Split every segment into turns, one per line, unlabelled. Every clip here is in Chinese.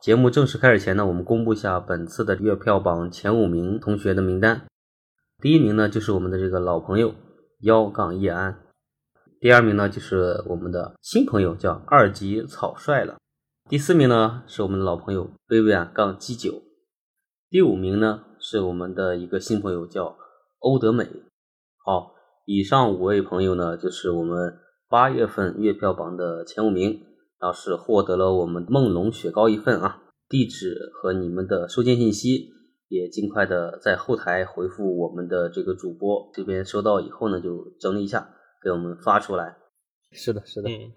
节目正式开始前呢，我们公布一下本次的月票榜前五名同学的名单。第一名呢，就是我们的这个老朋友幺杠叶安；第二名呢，就是我们的新朋友叫二级草率了；第四名呢，是我们的老朋友薇薇安杠 G 九；第五名呢，是我们的一个新朋友叫欧德美。好，以上五位朋友呢，就是我们八月份月票榜的前五名，然后是获得了我们梦龙雪糕一份啊。地址和你们的收件信息也尽快的在后台回复我们的这个主播这边收到以后呢，就整理一下给我们发出来。
是的，是的，
嗯，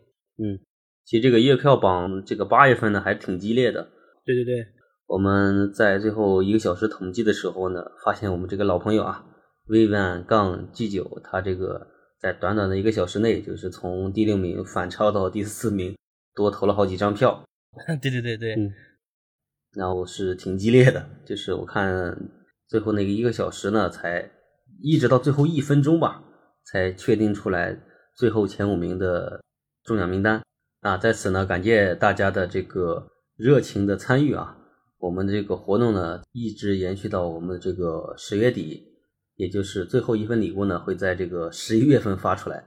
嗯，其实这个月票榜这个八月份呢还挺激烈的。
对对对，
我们在最后一个小时统计的时候呢，发现我们这个老朋友啊，v 万杠 G 九，他这个在短短的一个小时内，就是从第六名反超到第四名，多投了好几张票，
对对对对，
嗯然后是挺激烈的。就是我看最后那个一个小时呢，才一直到最后一分钟吧，才确定出来最后前五名的中奖名单啊。在此呢，感谢大家的这个热情的参与啊。我们这个活动呢，一直延续到我们这个十月底，也就是最后一份礼物呢，会在这个十一月份发出来。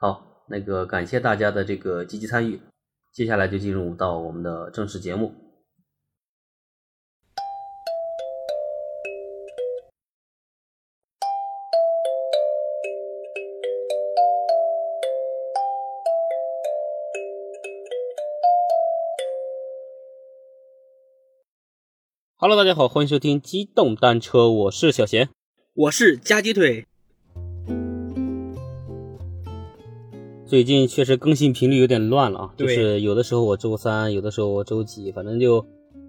好，那个感谢大家的这个积极参与，接下来就进入到我们的正式节目。Hello，大家好，欢迎收听机动单车，我是小贤。
我是夹鸡腿，
最近确实更新频率有点乱了啊，就
对
是有的时候我周三，有的时候我周几，反正就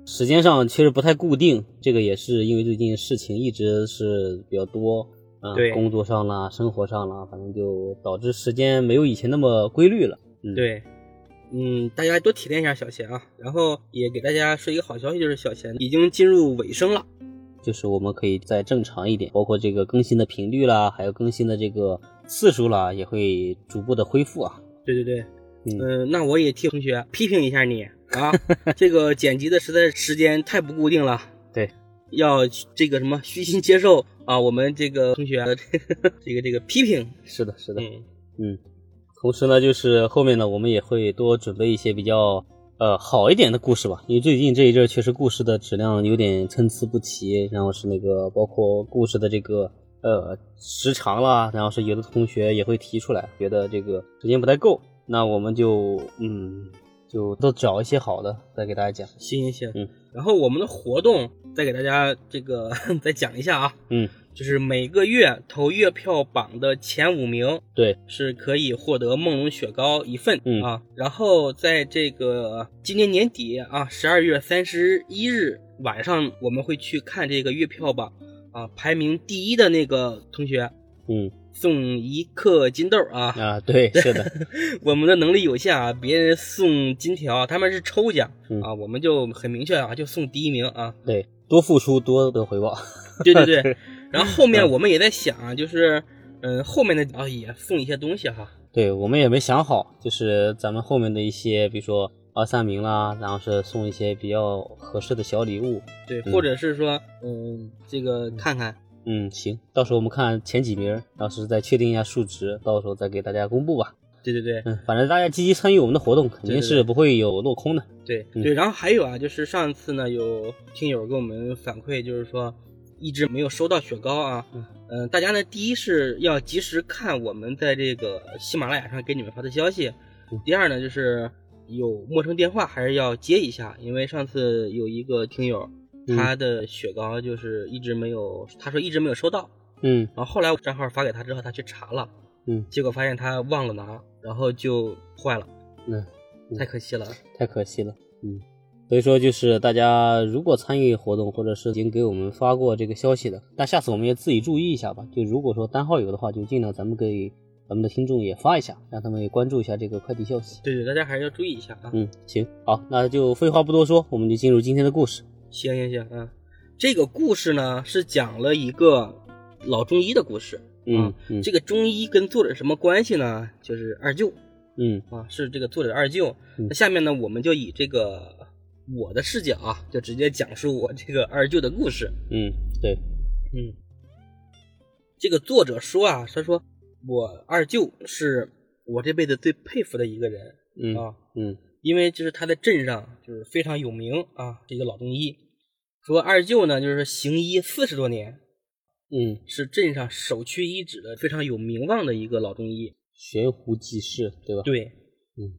时间上确实不太固定。这个也是因为最近事情一直是比较多，啊、
对
工作上啦，生活上啦，反正就导致时间没有以前那么规律了。嗯，，
对，嗯，大家多体谅一下小贤啊。然后也给大家说一个好消息，就是小贤已经进入尾声了。
就是我们可以再正常一点，包括这个更新的频率啦，还有更新的这个次数啦，也会逐步的恢复啊。
对对对，
嗯
嗯、那我也替同学批评一下你啊， 这个剪辑的实在时间太不固定了。
对，
要这个什么虚心接受啊，我们这个同学的这个这个这个批评。
是的，是的。
嗯，
嗯，同时呢，就是后面呢，我们也会多准备一些比较呃好一点的故事吧，因为最近这一阵儿确实故事的质量有点参差不齐，然后是那个包括故事的这个呃时长啦，然后是有的同学也会提出来，觉得这个时间不太够，那我们就嗯就多找一些好的再给大家讲。
行行行。
嗯
然后我们的活动再给大家这个 再讲一下啊。
嗯，
就是每个月投月票榜的前五名，
对，
是可以获得梦龙雪糕一份、
嗯
啊。然后在这个今年年底啊，十二月三十一日晚上，我们会去看这个月票榜啊，排名第一的那个同学
嗯
送一克金豆啊。
啊，对，是的，
我们的能力有限啊，别人送金条，啊他们是抽奖、
嗯
啊，我们就很明确啊，就送第一名啊。
对，多付出多得回报。
对对对。然后后面我们也在想啊，就是嗯，后面的啊也送一些东西哈。
对我们也没想好，就是咱们后面的一些，比如说二三名啦，然后是送一些比较合适的小礼物。
对，
嗯
或者是说，嗯，这个看看，
嗯，行，到时候我们看前几名，到时候再确定一下数值，到时候再给大家公布吧。
对对对
嗯，反正大家积极参与我们的活动，肯定
对对
是不会有落空的。
对
嗯
对。然后还有啊，就是上次呢，有听友给我们反馈，就是说一直没有收到雪糕啊
嗯。
嗯，大家呢，第一是要及时看我们在这个喜马拉雅上给你们发的消息
嗯，
第二呢，就是有陌生电话还是要接一下，因为上次有一个听友。
嗯
他的雪糕就是一直没有，他说一直没有收到，
嗯
然后后来我账号发给他之后，他去查了，
嗯
结果发现他忘了拿，然后就坏了，
嗯，
太可惜了。
太可惜了。嗯，所以说就是大家如果参与活动，或者是已经给我们发过这个消息的，但下次我们也自己注意一下吧。就如果说单号有的话，就尽量咱们给咱们的听众也发一下，让他们也关注一下这个快递消息。
对对，大家还是要注意一下啊。
嗯，行，好，那就废话不多说，我们就进入今天的故事。
行行行啊，这个故事呢是讲了一个老中医的故事。
嗯
嗯
嗯
这个中医跟作者什么关系呢？就是二舅
嗯
啊，是这个作者的二舅。
嗯
那下面呢，我们就以这个我的视角啊，就直接讲述我这个二舅的故事。
嗯，对，
嗯，这个作者说啊，他说我二舅是我这辈子最佩服的一个人
嗯
啊，
嗯
因为就是他在镇上就是非常有名啊，是一个老中医。说二舅呢，就是行医四十多年，
嗯，
是镇上首屈一指的非常有名望的一个老中医。
悬壶济世，对吧？
对，
嗯，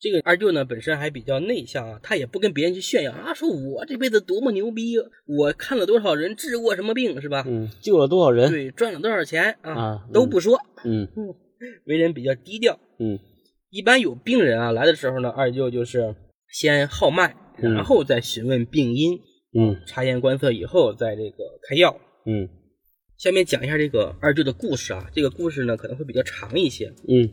这个二舅呢本身还比较内向啊，他也不跟别人去炫耀啊，说我这辈子多么牛逼，我看了多少人治过什么病是吧？
嗯，救了多少人？
对，赚了多少钱啊，
啊
都不说，
嗯
为人比较低调。
嗯
一般有病人啊来的时候呢，二舅就是先号脉，
嗯
然后再询问病因，
嗯
察言观色以后再这个开药。
嗯
下面讲一下这个二舅的故事啊，这个故事呢可能会比较长一些。
嗯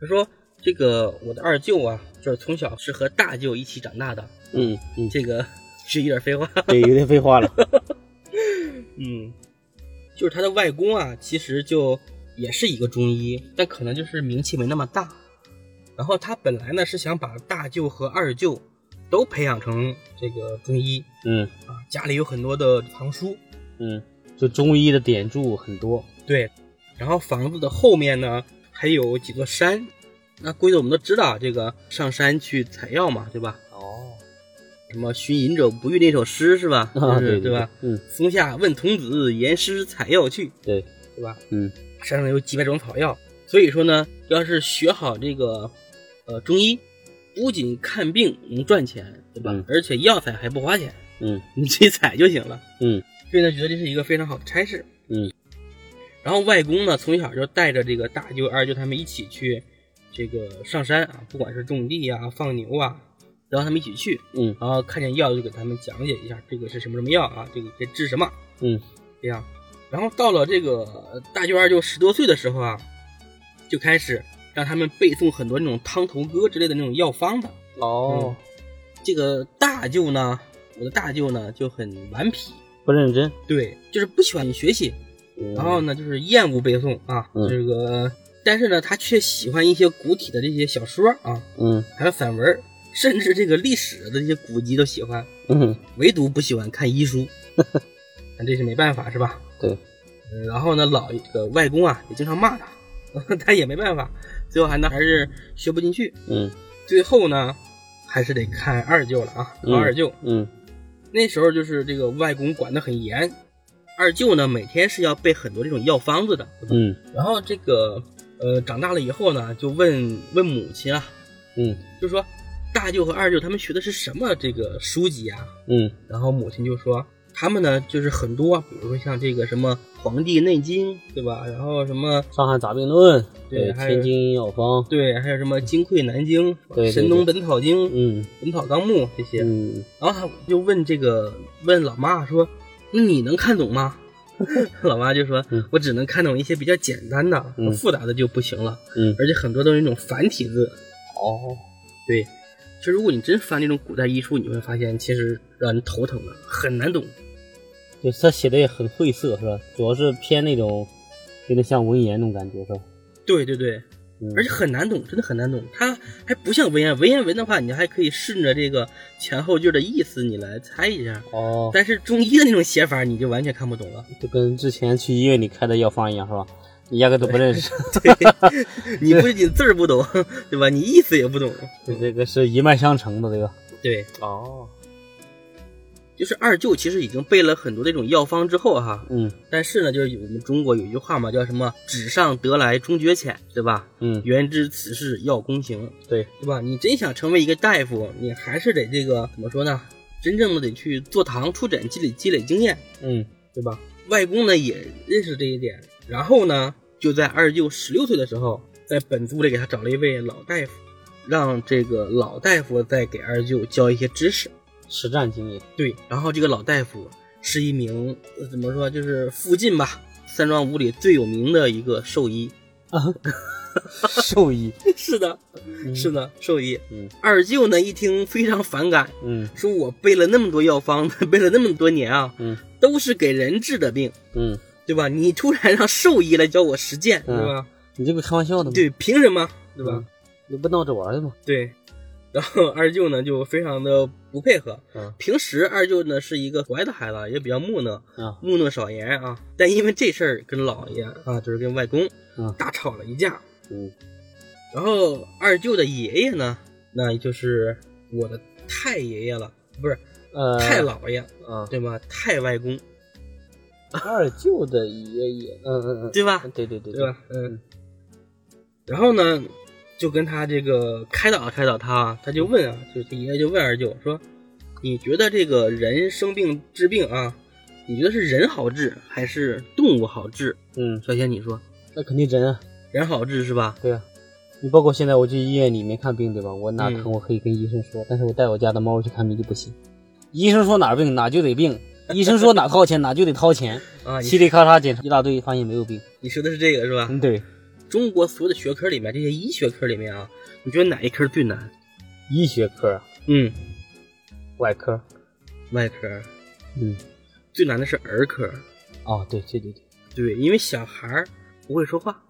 他说这个我的二舅啊，就是从小是和大舅一起长大的，
嗯嗯，
这个 是有点废话。
对，有点废话了。
嗯，就是他的外公啊，其实就也是一个中医，但可能就是名气没那么大。然后他本来呢是想把大舅和二舅都培养成这个中医
嗯
啊，家里有很多的藏书，
嗯，就中医的典注很多。
对。然后房子的后面呢还有几座山，那规则我们都知道啊，这个上山去采药嘛，对吧？
哦，
什么“寻隐者不遇”那首诗是吧？
啊，
就是
对
对吧？？
嗯，
松下问童子，言师采药去，
对，
对吧？
嗯
山上有几百种草药，所以说呢，要是学好这个呃中医，不仅看病能赚钱，对吧？
嗯
而且药材还不花钱，
嗯
你去采就行了。
嗯
所以呢，觉得这是一个非常好的差事。
嗯。
然后外公呢，从小就带着这个大舅、二舅他们一起去这个上山啊，不管是种地啊、放牛啊，然后他们一起去，
嗯
然后看见药就给他们讲解一下这个是什么什么药啊，这个该治什么。
嗯
这样。然后到了这个呃大舅二舅十多岁的时候啊，就开始让他们背诵很多那种汤头歌之类的那种药方子。
哦，
这个大舅呢，我的大舅呢就很顽皮，
不认真。
对，就是不喜欢学习，然后呢就是厌恶背诵啊，
嗯
这个，但是呢他却喜欢一些古体的这些小说啊，
嗯
还有散文，甚至这个历史的这些古籍都喜欢，
嗯
唯独不喜欢看医 书，但这是没办法是吧？
对，
嗯然后呢，老这个外公啊也经常骂他，他也没办法，最后还呢还是学不进去，
嗯
最后呢还是得看二舅了啊，
嗯
看二舅、
嗯
那时候就是这个外公管得很严，二舅呢每天是要背很多这种药方子的，
嗯
然后这个呃长大了以后呢，就问问母亲啊，
嗯
就说大舅和二舅他们学的是什么这个书籍啊？
嗯
然后母亲就说，他们呢就是很多啊，比如说像这个什么《黄帝内经》，对吧？然后什么
《伤寒杂病论》
对还有
天津药方》
对，还有什么《金匮南经》是吧
对对对
神农本草经》
嗯
本草纲目》这些。
嗯
然后他就问这个问老妈说：“那你能看懂吗？” 老妈就说
嗯：“
我只能看懂一些比较简单的，
嗯
复杂的就不行了。
嗯
而且很多都是那种繁体字。
哦
对，其实如果你真翻那种古代医书，你会发现其实让人头疼的，啊很难懂。
就是他写的也很晦涩，是吧？主要是偏那种有点像文言那种感觉，是吧？
对对对，
嗯
而且很难懂，真的很难懂。它还不像文言文言文的话，你还可以顺着这个前后句的意思你来猜一下。
哦，
但是中医的那种写法，你就完全看不懂 了。
就跟之前去医院里开的药方一样，是吧？你压根都不认 识，
你不仅字儿不懂，对吧？你意思也不懂。
这个是一脉相承的，这个。
对，
哦，
就是二舅其实已经背了很多那种药方之后哈，
嗯
但是呢，就是有我们中国有一句话嘛，叫什么“纸上得来终觉浅”，对吧？
嗯，
原知此事要躬行，
对，
对吧？你真想成为一个大夫，你还是得这个怎么说呢？真正的得去坐堂出诊，积累积累经验。
嗯
对吧？外公呢也认识这一点，然后呢，就在二舅十六岁的时候，在本族里给他找了一位老大夫，让这个老大夫再给二舅教一些知识。
实战经 验。
对，然后这个老大夫是一名呃怎么说，就是附近吧三庄五里最有名的一个兽医。
兽医，
是的，是的，兽医。
嗯
二舅呢一听非常反感，
嗯
说我背了那么多药方， 背了那么多年啊，
嗯
都是给人治的病。
嗯，
对吧？你突然让兽医来教我实践，对吧？
你这不开玩笑的吗？
对，凭什么？对吧？
嗯，你不闹着玩的吗？
对。然后二舅呢就非常的不配合。
嗯
平时二舅呢是一个乖的孩子，也比较木讷，
啊
木讷少言啊。但因为这事儿跟姥爷啊，就是跟外公
嗯
大吵了一架。
嗯
然后二舅的爷爷呢，那就是我的太爷爷了，不是
呃，
太姥爷，
啊，
对吧？太外公，
二舅的爷爷，嗯嗯
对吧？
嗯，对对对
对，吧？嗯。然后呢，就跟他这个开导开导他啊，他就问啊，就爷爷就问二舅说：“你觉得这个人生病治病啊，你觉得是人好治还是动物好治
嗯，？”
小仙，你说
那肯定人啊，
人好治是吧？
对啊。你包括现在我去医院里面看病，对吧？我哪
嗯
疼我可以跟医生说，但是我带我家的猫去看病就不行。医生说哪儿病哪就得病，医生说哪掏钱哪就得掏钱，
啊，你
嘁里咔嚓检查一大堆，发现没有 病。
你说的是这个是吧？
嗯，对，
中国所有的学科里面，这些医学科里面啊，你觉得哪一科最难？
医学科啊，
嗯，
外科，
外科
嗯，
最难的是儿科，
哦，对对对对，
对，因为小孩儿不会说话，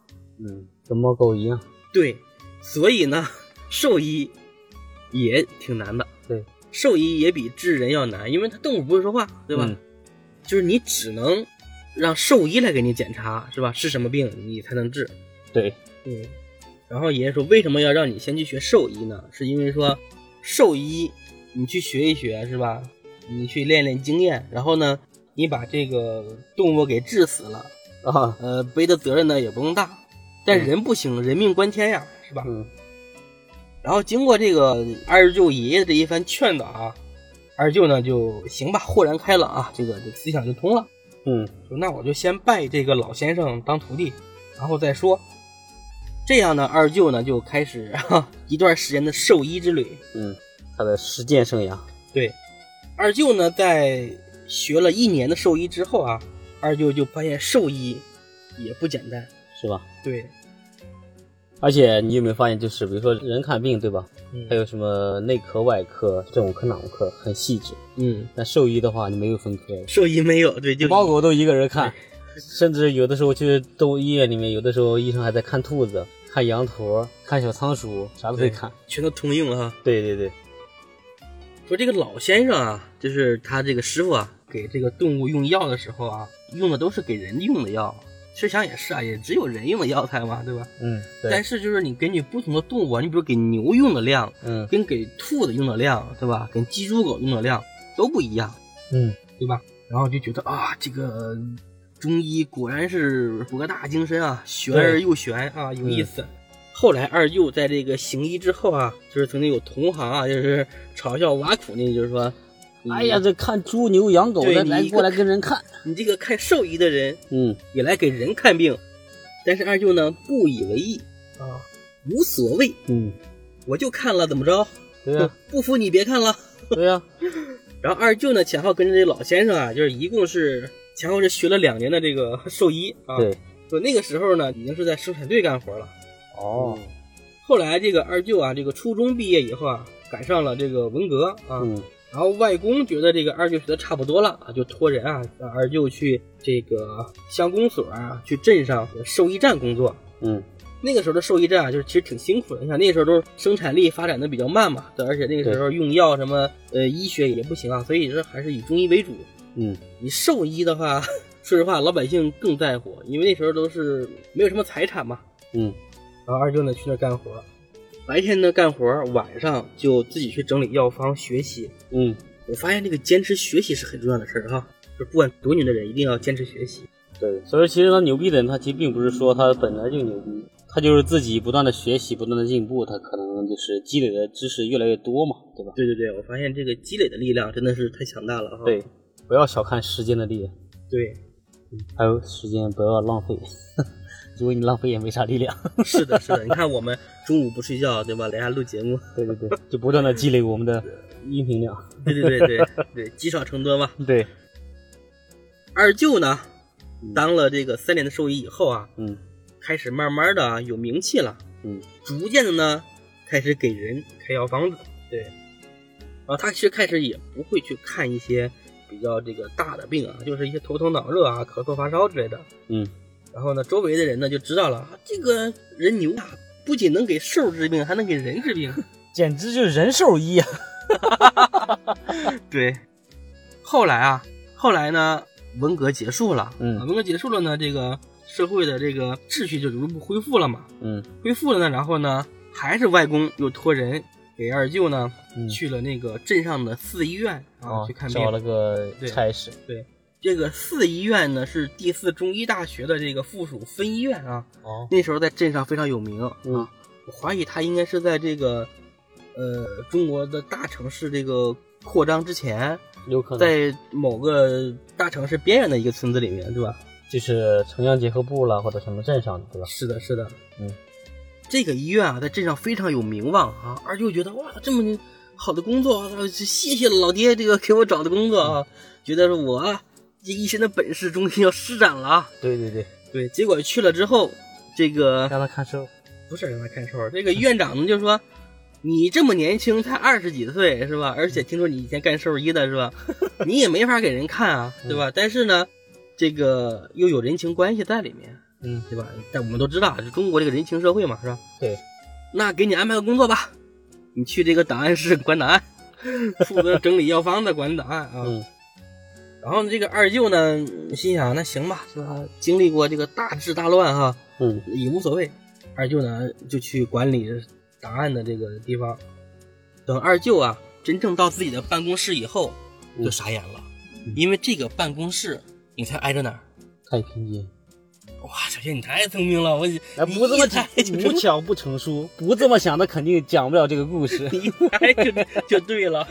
嗯，跟猫狗一样，
对，所以呢，兽医也挺难的。
对，
兽医也比治人要难，因为它动物不会说话，对吧？
嗯
就是你只能让兽医来给你检查，是吧？是什么病你才能治。
对，
嗯。然后爷爷说，为什么要让你先去学兽医呢？是因为说，兽医你去学一学，是吧？你去练练经验，然后呢，你把这个动物给治死了，
啊，
呃，背的责任呢也不用大。但人不行，人命关天呀，是吧？
嗯
然后经过这个二舅爷爷的这一番劝导啊，二舅呢就行吧，豁然开朗啊，这个这思想就通了。
嗯
就那我就先拜这个老先生当徒弟，然后再说。这样呢，二舅呢就开始 哈一段时间的兽医之旅。
嗯，他的实践生涯，
对，二舅呢在学了一年的兽医之后啊，二舅就发现兽医也不简单。
是吧？
对，
而且你有没有发现，就是比如说人看病，对吧？还
嗯
有什么内科、外科这种科哪种科很细致。
嗯，
但兽医的话，你没有分科，
兽医没有，对，就
猫狗都一个人看，甚至有的时候去动物医院里面，有的时候医生还在看兔子、看羊驼、看小仓鼠，啥都可以看。
全都通用了哈。
对对对，
说这个老先生啊，就是他这个师傅啊，给这个动物用药的时候啊，用的都是给人用的药。其实想也是啊，也只有人用的药材嘛，对吧？
嗯，
但
对，
是就是你根据不同的动物啊，你比如给牛用的量，
嗯
跟给兔子用的量，对吧？跟鸡、猪、狗用的量都不一样，
嗯，
对吧？然后就觉得啊，这个中医果然是博大精深啊，玄而又玄啊，有意思。后来二舅在这个行医之后啊，就是曾经有同行啊，就是嘲笑挖苦那，就是说，你
哎呀，，这看猪牛羊狗
对
的
你
来
一个
过来跟人看，
你这个看兽医的人
嗯
也来给人看病，但是二舅呢不以为意啊，无所谓，
嗯，
我就看了，怎么着？
对啊呀、
不服你别看了。
对 呀、
然后二舅呢，前后跟着这老先生啊，就是一共是前后是学了两年的这个兽医啊。，
对，
就那个时候呢，已经是在生产队干活了。
哦，
后来这个二舅啊，这个初中毕业以后啊，赶上了这个文革啊。
嗯
然后外公觉得这个二舅学的差不多了啊，就托人啊，让二舅去这个乡公所啊，去镇上兽医站工作。
嗯，
那个时候的兽医站啊，就是其实挺辛苦的。你想那个时候都是生产力发展的比较慢嘛，对，而且那个时候用药什么呃医学也不行啊，所以说还是以中医为主。
嗯，
你兽医的话，说实话老百姓更在乎，因为那时候都是没有什么财产嘛。
嗯，
然后二舅呢去那儿干活，白天呢干活，晚上就自己去整理药方学习。
嗯，
我发现这个坚持学习是很重要的事儿哈、就是不管多牛的人，一定要坚持学习。
对，所以说其实他牛逼的人，他其实并不是说他本来就牛逼，他就是自己不断的学习，不断的进步，他可能就是积累的知识越来越多嘛，对吧？
对对对，我发现这个积累的力量真的是太强大了哈、
对，不要小看时间的力量，
对，
还有时间不要浪费， 如果你浪费也没啥力量。
是的，是的，你看我们中午不睡觉，对吧？来家录节目，
对对对，就不断的积累我们的音频量。
对对对对对，积少成多嘛。
对，
二舅呢
嗯，
当了这个三年的兽医以后啊，
嗯
开始慢慢的啊有名气了，
嗯
逐渐的呢开始给人开药方子，对。然后他其实开始也不会去看一些比较这个大的病啊，就是一些头疼脑热啊、咳嗽发烧之类的。
嗯，
然后呢，周围的人呢就知道了，啊这个人牛啊，不仅能给兽治病，还能给人治病。
简直就是人兽医啊！
对，后来啊，后来呢，文革结束了，
嗯
啊文革结束了呢，这个社会的这个秩序就逐步恢复了嘛，
嗯
恢复了呢，然后呢，还是外公又托人给二舅呢、
嗯
去了那个镇上的四医院啊、
哦
去看病
找。了个
对
差事，
这个四医院呢是第四中医大学的这个附属分医院啊，
哦，
那时候在镇上非常有名。
嗯
我怀疑他应该是在这个呃中国的大城市这个扩张之前，
有可能
在某个大城市边缘的一个村子里面，对吧？
就是城乡结合部啦，或者什么镇上的，对吧？
是的，是的，
嗯，
这个医院啊，在镇上非常有名望啊，二舅觉得哇，这么好的工作，啊谢谢老爹这个给我找的工作啊，觉得是我啊这一身的本事终于要施展了啊。
对对对，
对，结果去了之后，这
嗯
个
让他看收，
不是让他看事儿，这个院长呢就说。你这么年轻，才二十几岁是吧？而且听说你以前干兽医的是吧？你也没法给人看啊，对吧？但是呢，这个又有人情关系在里面，
嗯，
对吧？但我们都知道，这中国这个人情社会嘛，是吧？
对，
那给你安排个工作吧，你去这个档案室管档案，负责整理药方的管档案啊。
嗯
然后这个二舅呢，心想那行吧，是吧？经历过这个大治大乱哈，
嗯
也无所谓。二舅呢，就去管理档案的这个地方。等二舅啊，真正到自己的办公室以后，
嗯
就傻眼了，因为这个办公室，你猜挨着哪儿？
太平间，
哇，小谢你太聪明了，我你
哎，不这
一
么
猜就
无巧不成书，不这么想的肯定讲不了这个故事。
一猜就就对了。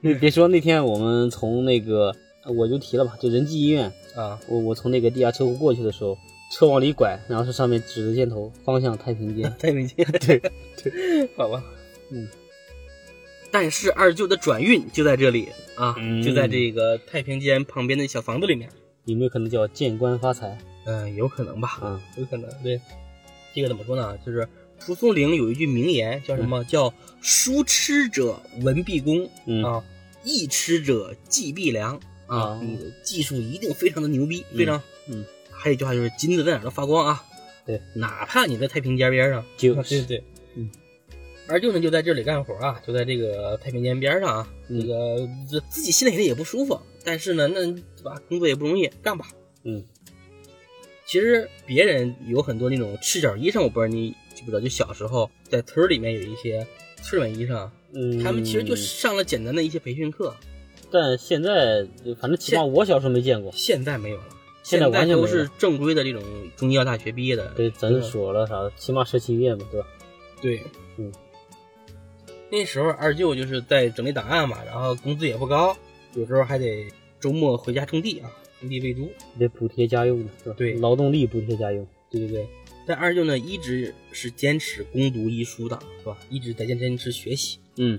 你别说那天我们从那个我就提了吧，就仁济医院，
啊，。
我我从那个地下车库过去的时候，车往里拐，然后是上面指着箭头，方向太平 间
太没劲。
对
对，好吧，
嗯。
但是二舅的转运就在这里啊，
嗯
就在这个太平间旁边的小房子里面。
有没有可能叫见官发财？
嗯、有可能吧，
嗯，
有可能。对，这个怎么说呢？就是蒲松龄有一句名言，叫什么？叫“书痴者文必公”
嗯
啊，“艺痴者技必良”啊
啊，
你的技术一定非常的牛逼，
嗯
非常。
嗯。
还有一句话就是“金子在哪儿都发光”啊。
对，
哪怕你在太平间边上，
就
啊对对，
嗯。
二舅呢就在这里干活啊，就在这个太平间边上啊，
嗯
这个这自己心里肯定也不舒服，但是呢，那对吧，工作也不容易，干吧。
嗯，
其实别人有很多那种赤脚医生，我不知道你知不知道，就小时候在村儿里面有一些村儿里面医生，啊
嗯，
他们其实就，上了简单的一些培训课，
但现在反正起码我小时候没见过。
现在没有了，
现在
在
完全
都
没有
是正规的这种中医药大学毕业的，
对，咱就说了啥，起码社区医院嘛，对吧？
对，
嗯。
那时候二舅就是在整理档案嘛，然后工资也不高，有时候还得周末回家种地啊，种地喂猪。
得补贴家用的，是吧？
对
劳动力补贴家用。
对对对。但二舅呢，一直是坚持攻读医书的，是吧？一直在坚坚持学习，
嗯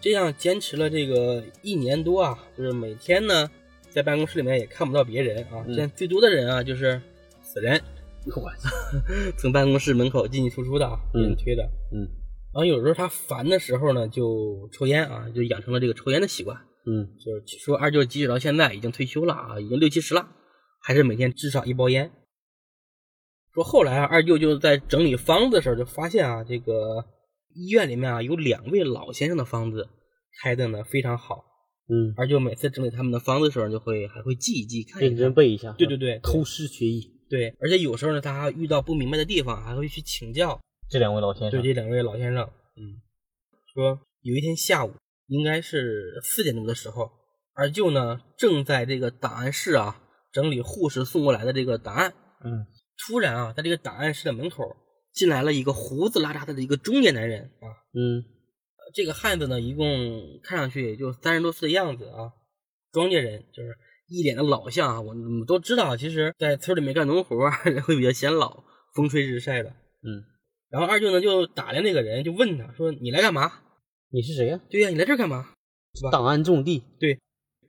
这样坚持了这个一年多啊，就是每天呢，在办公室里面也看不到别人啊。
嗯
现在最多的人啊，就是死人，
我
从办公室门口进进出出的啊，
嗯
人推的。
嗯
然后有时候他烦的时候呢，就抽烟啊，就养成了这个抽烟的习惯。
嗯，
就是说二舅即使到现在已经退休了啊，已经六七十了，还是每天至少一包烟。说后来啊，二舅就在整理方子的时候就发现啊，这个医院里面啊有两位老先生的方子开的呢非常好，
嗯，哎
二舅每次整理他们的方子的时候就会还会记一记看一
认真
看。
背一下。
对对对
偷师学艺，
对，而且有时候呢，他还遇到不明白的地方还会去请教
这两位老先
对
生。
这两位老先生，嗯，说有一天下午，应该是四点钟的时候，二舅呢正在这个档案室啊整理护士送过来的这个档案，
嗯
突然啊，在这个档案室的门口进来了一个胡子拉碴的一个中年男人啊，
嗯
这个汉子呢，一共看上去也就三十多岁的样子啊，庄稼人，就是一脸的老相啊。我们都知道，其实，在村里面干农活儿会比较显老，风吹日晒的。
嗯，
然后二舅呢就打量那个人，就问他说：“你来干嘛？
你是谁呀、
对呀、你来这儿干嘛吧
档案种地。？”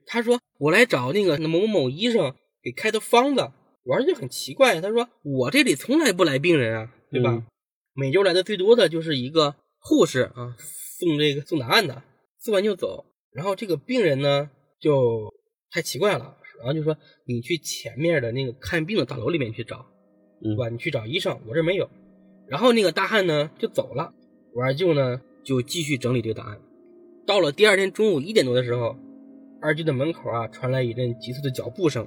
他说：“我来找那个某某某医生给开的方子。”我二舅很奇怪，他说：“我这里从来不来病人啊，对吧？
嗯
每周来的最多的就是一个护士啊，送这个送答案的，送完就走。然后这个病人呢就太奇怪了，然后就说你去前面的那个看病的大楼里面去找，
嗯
对吧？你去找医生，我这儿没有。然后那个大汉呢就走了，我二舅呢就继续整理这个档案。到了第二天中午一点多的时候，二舅的门口啊传来一阵急促的脚步声，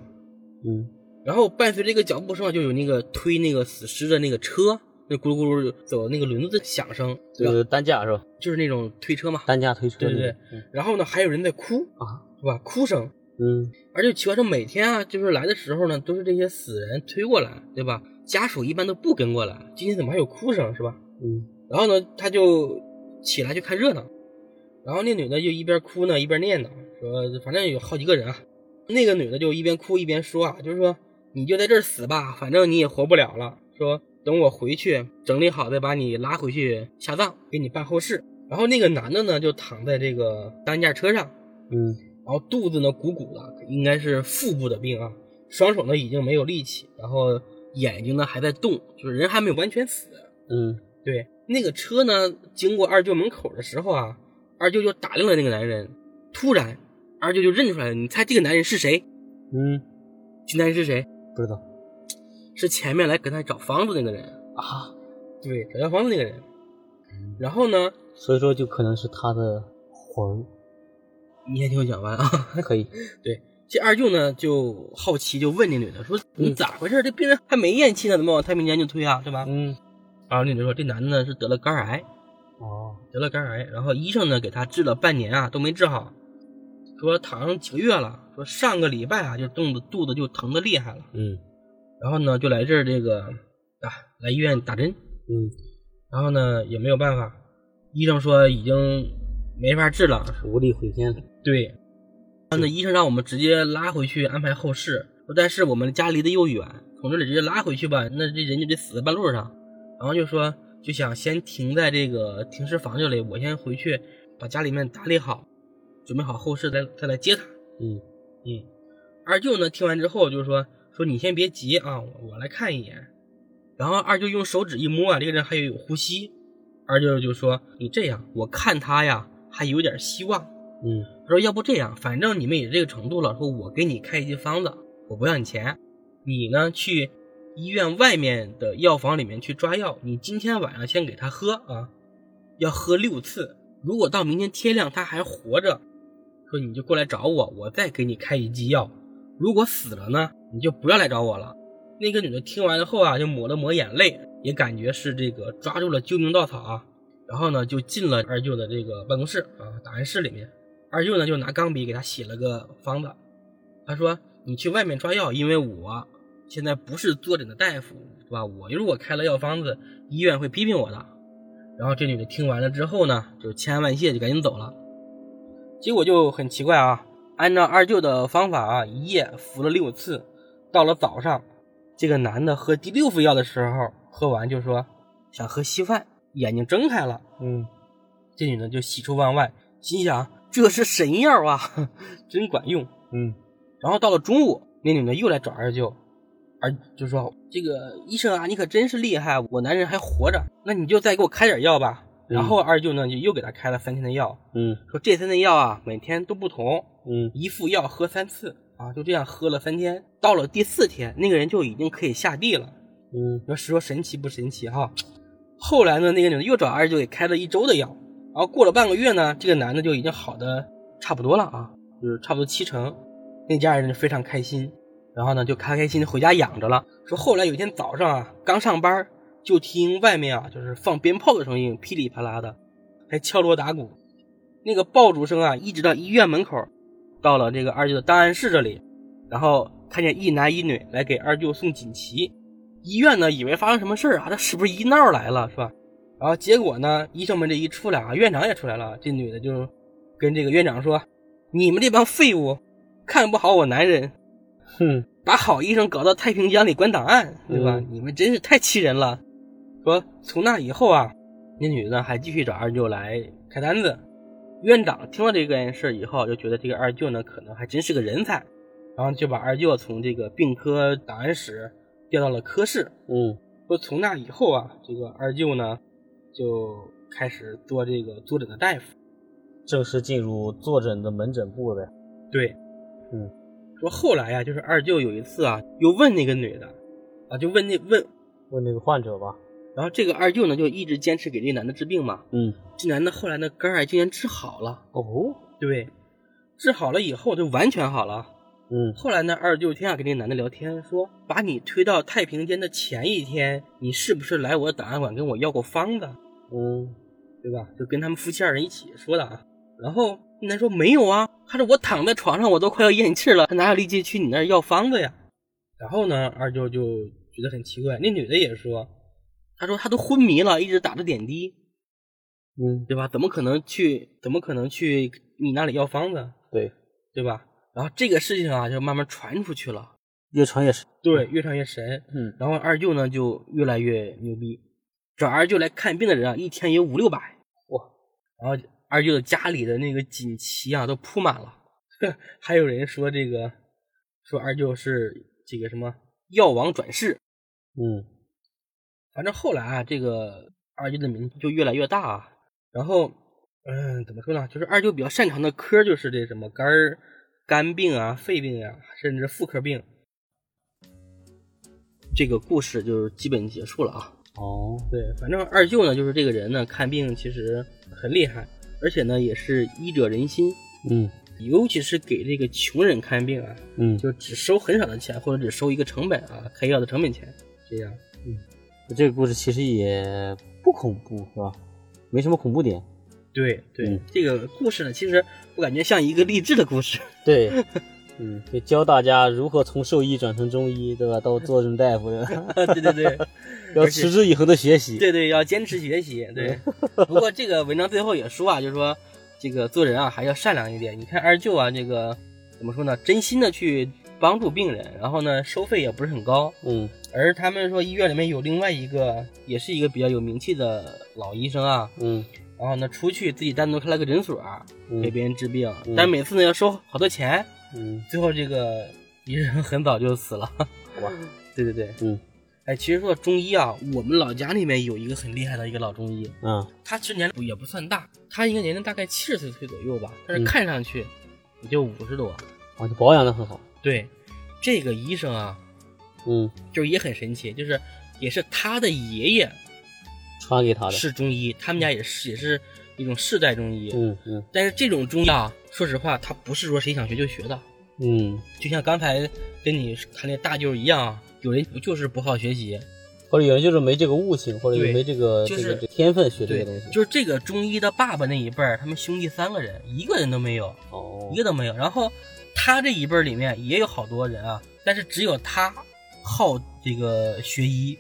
嗯，
然后伴随这个脚步声啊就有那个推那个死尸的那个车，那咕噜咕噜走那个轮子的响声，
就
然后
是担架是吧？
就是那种推车嘛。
担架推车那
对
个。
对对，然后呢还有人在哭
啊，
是吧？哭声。
嗯
而且奇怪，这每天啊，就是来的时候呢，都是这些死人推过来，对吧？家属一般都不跟过来，今天怎么还有哭声，是吧？
嗯
然后呢，他就起来去看热闹，然后那女的就一边哭呢，一边念叨说，反正有好几个人啊。那个女的就一边哭一边说啊，就是说你就在这儿死吧，反正你也活不了了。说等我回去整理好再把你拉回去下葬，给你办后事。然后那个男的呢，就躺在这个担架车上，
嗯
然后肚子呢鼓鼓的，应该是腹部的病啊。双手呢已经没有力气，然后眼睛呢还在动，就是人还没有完全死。
嗯
对，那个车呢经过二舅门口的时候啊，二舅就打量了那个男人。突然，二舅就认出来了，你猜这个男人是谁？
嗯，
这男人是谁？
不知道
是前面来给他找房子那个人。
啊，
对，找房子那个人。然后呢，
所以说就可能是他的魂，
你先听我讲完啊。
可以，
这二舅呢就好奇，就问那女的说：“你咋回事？这病人还没咽气呢，怎么往太平间就推啊？对吧
嗯，？”
然后那女的说：“这男的是得了肝癌，
哦，
得了肝癌，然后医生呢给他治了半年啊都没治好，说躺上几个月了，说上个礼拜啊就冻得肚子就疼的厉害了，
嗯
然后呢就来这儿这个啊来医院打针，
嗯，
然后呢也没有办法，医生说已经没法治了，啊
无力回天了，
对，然后呢医生让我们直接拉回去安排后事，说但是我们家离得又远，从这里直接拉回去吧，那这人就得死在半路上，然后就说就想先停在这个停尸房这里，我先回去把家里面打理好，准备好后事再再来接他。
嗯
嗯，二舅呢听完之后就说说你先别急啊，我我来看一眼。然后二舅用手指一摸啊，这个人还有呼吸。二舅就说你这样，我看他呀还有点希望。
嗯
他说要不这样，反正你们也这个程度了，说我给你开一间方子，我不要你钱，你呢去医院外面的药房里面去抓药，你今天晚上先给他喝啊，要喝六次，如果到明天天亮他还活着，说你就过来找我，我再给你开一剂药，如果死了呢，你就不要来找我了。那个女的听完了后啊，就抹了抹眼泪，也感觉是这个抓住了救命稻草啊，然后呢就进了二舅的这个办公室啊，档案室里面。二舅呢就拿钢笔给他写了个方子，他说：“你去外面抓药，因为我现在不是坐诊的大夫，对吧？我如果开了药方子，医院会批评我的。”然后这女的听完了之后呢，就千恩万谢，就赶紧走了。结果就很奇怪啊，按照二舅的方法啊，一夜服了六次，到了早上，这个男的喝第六副药的时候，喝完就说想喝稀饭，眼睛睁开了。
嗯
这女的就喜出望外，心想这是神药啊， 真管用。
嗯
然后到了中午，那女的又来找二舅，二就说：“这个医生啊，你可真是厉害，我男人还活着，那你就再给我开点药吧。”
嗯
然后啊二舅呢就又给他开了三天的药，
嗯
说这三天药啊每天都不同，
嗯，
一副药喝三次啊，就这样喝了三天。到了第四天，那个人就已经可以下地了。
嗯
你说说神奇不神奇哈？后来呢，那个女的又找二舅给开了一周的药，然后过了半个月呢，这个男的就已经好的差不多了啊，就是差不多七成。那家人就非常开心，然后呢就开开心心回家养着了。说后来有一天早上啊，刚上班就听外面啊就是放鞭炮的声音，噼里啪啦的，还敲锣打鼓。那个爆竹声啊，一直到医院门口，到了这个二舅的档案室这里，然后看见一男一女来给二舅送锦旗。医院呢以为发生什么事儿啊，这是不是医闹来了是吧？然后结果呢，医生们这一出来啊，院长也出来了，这女的就跟这个院长说：“你们这帮废物，看不好我男人，
哼，
把好医生搞到太平间里关档案，对吧？
嗯
你们真是太气人了。”说从那以后啊，那女的还继续找二舅来开单子。院长听了这件事以后，就觉得这个二舅呢，可能还真是个人才，然后就把二舅从这个病科档案室调到了科室。
嗯
说从那以后啊，这个二舅呢就开始做这个坐诊的大夫。
正式进入坐诊的门诊部了呗，
对，
嗯，
说后来呀、就是二舅有一次啊，又问那个女的，啊，就问那问
问那个患者吧，
然后这个二舅呢就一直坚持给这男的治病嘛，
嗯，
这男的后来呢肝癌竟然治好了，
哦，
对，治好了以后就完全好了。
嗯
后来呢，二舅天天跟这男的聊天，说把你推到太平间的前一天，你是不是来我的档案馆跟我要过方子？
嗯，
对吧？就跟他们夫妻二人一起说的啊。然后那男说没有啊，他说我躺在床上，我都快要咽气了，他哪有力气去你那儿要方子呀？然后呢，二舅就觉得很奇怪，那女的也说，她说她都昏迷了，一直打着点滴，
嗯，
对吧？怎么可能去？怎么可能去你那里要方子？
对，
对吧？然后这个事情啊，就慢慢传出去了，
越传越深，
对，越传越神。
嗯，
然后二舅呢就越来越牛逼，找二舅来看病的人啊，一天也有五六百
哇！
然后二舅的家里的那个锦旗啊都铺满了， 还有人说这个说二舅是这个什么药王转世。
嗯
反正后来啊，这个二舅的名气就越来越大啊。然后，嗯，怎么说呢？就是二舅比较擅长的科就是这什么肝儿、肝病啊、肺病啊，甚至妇科病。这个故事就基本结束了啊。
哦，
对，反正二舅呢，就是这个人呢，看病其实很厉害，而且呢也是医者仁心，
嗯
尤其是给这个穷人看病啊，
嗯，
就只收很少的钱，或者只收一个成本啊，开药的成本钱，这样。
这个故事其实也不恐怖，是吧？没什么恐怖点，
对对、
嗯
这个故事呢，其实我感觉像一个励志的故事。
对， 嗯，就教大家如何从兽医转成中医，对吧？到做成大夫，对 吧？
对 对对，
要
而且
持之以恒的学习。
对对，要坚持学习。对，
嗯
不过这个文章最后也说啊，就是说这个做人啊还要善良一点。你看二舅啊，这个怎么说呢？真心的去帮助病人，然后呢，收费也不是很高。
嗯
而他们说医院里面有另外一个，也是一个比较有名气的老医生啊，
嗯
然后呢，出去自己单独开了个诊所啊、给
嗯
别人治病，
嗯
但每次呢要收好多钱，
嗯，
最后这个 医生很早就死了。
哇，
对对对，
嗯，
哎，其实说中医啊，我们老家那边有一个很厉害的一个老中医，
啊，
他其实年龄也不算大，他应该年龄大概七十岁岁左右吧，但是
嗯
看上去也就五十多。
啊，就保养的很好。
对，这个医生啊，
嗯，
就是也很神奇，就是也是他的爷爷
传给他的。
是中医，他们家也是也是一种世代中医，
嗯嗯
但是这种中医啊，说实话，他不是说谁想学就学的，
嗯，
就像刚才跟你谈那大舅一样啊，有人不就是不好学习，
或者有人就是没这个悟性，或者
对
没这个
就
这
是
个这个天分学这
对
个东西。，
就是这个中医的爸爸那一辈儿，他们兄弟三个人，一个人都没有，
哦
一，个都没有。然后他这一辈儿里面也有好多人啊，但是只有他好这个学医，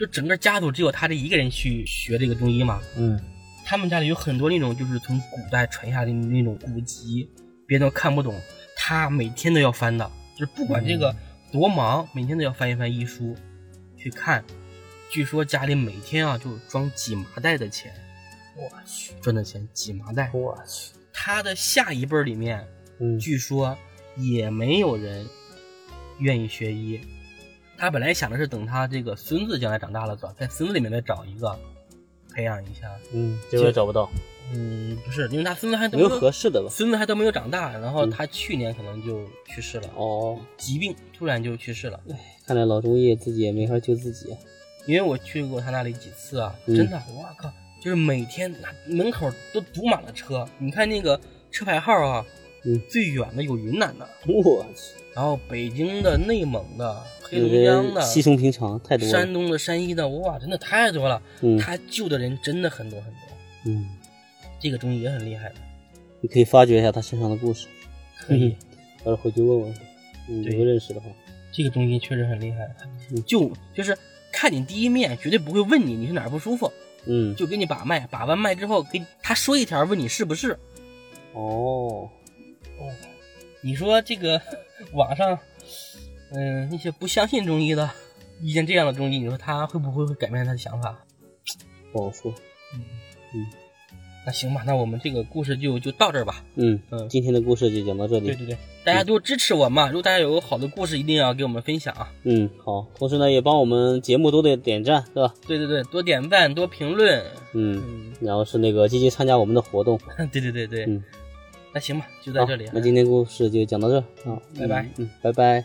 就整个家族只有他这一个人去学这个中医嘛。
嗯
他们家里有很多那种就是从古代传下来的那种古籍，别人都看不懂，他每天都要翻的，就是不管这个多忙，每天都要翻一翻医书去看。据说家里每天啊就装几麻袋的钱，我去赚的钱几麻袋。
我去，
他的下一辈儿里面，
嗯
据说也没有人愿意学医。他本来想的是等他这个孙子将来长大了，在孙子里面再找一个培养一下。
嗯，结果也找不到，
嗯，不是，因为他孙子还都
没有合适的吧？
孙子还都没有长大，然后
嗯
他去年可能就去世了，
哦，
疾病突然就去世了。
看来老中医自己也没法救自己。啊
因为我去过他那里几次啊，
嗯
真的，我靠，就是每天那门口都堵满了车，你看那个车牌号啊，
嗯
最远的有云南的，
我去，
然后北京的、内蒙的、黑
有
龙江
人
的、
稀松平常，太多了。
山东的、山西的，哇，真的太多了。
嗯
他救的人真的很多很多，
嗯，
这个中医也很厉害的。
你可以发掘一下他身上的故事，嗯
可以，
到时候回去问问。嗯，
对
如果认识的话，
这个中医确实很厉害
嗯，
就就是看你第一面绝对不会问你你是哪儿不舒服，
嗯，
就给你把脉，把完脉之后给他说一条，问你是不是。
哦，
你说这个网上，嗯，那些不相信中医的，遇见这样的中医，你说他会不会改变他的想法？
不好说。
那行吧，那我们这个故事就就到这儿吧。
嗯
嗯，
今天的故事就讲到这里。
对对，大家多支持我嘛！如果大家有好的故事，一定要给我们分享啊！
嗯，好，同时呢也帮我们节目多点点赞，对吧？
对对对，多点赞，多评论。
嗯，
嗯，
然后是那个积极参加我们的活动。
对对对对，
嗯
那行吧，就在
好
这里啊，
那今天故事就讲到这儿啊，
拜拜
嗯，嗯，拜拜。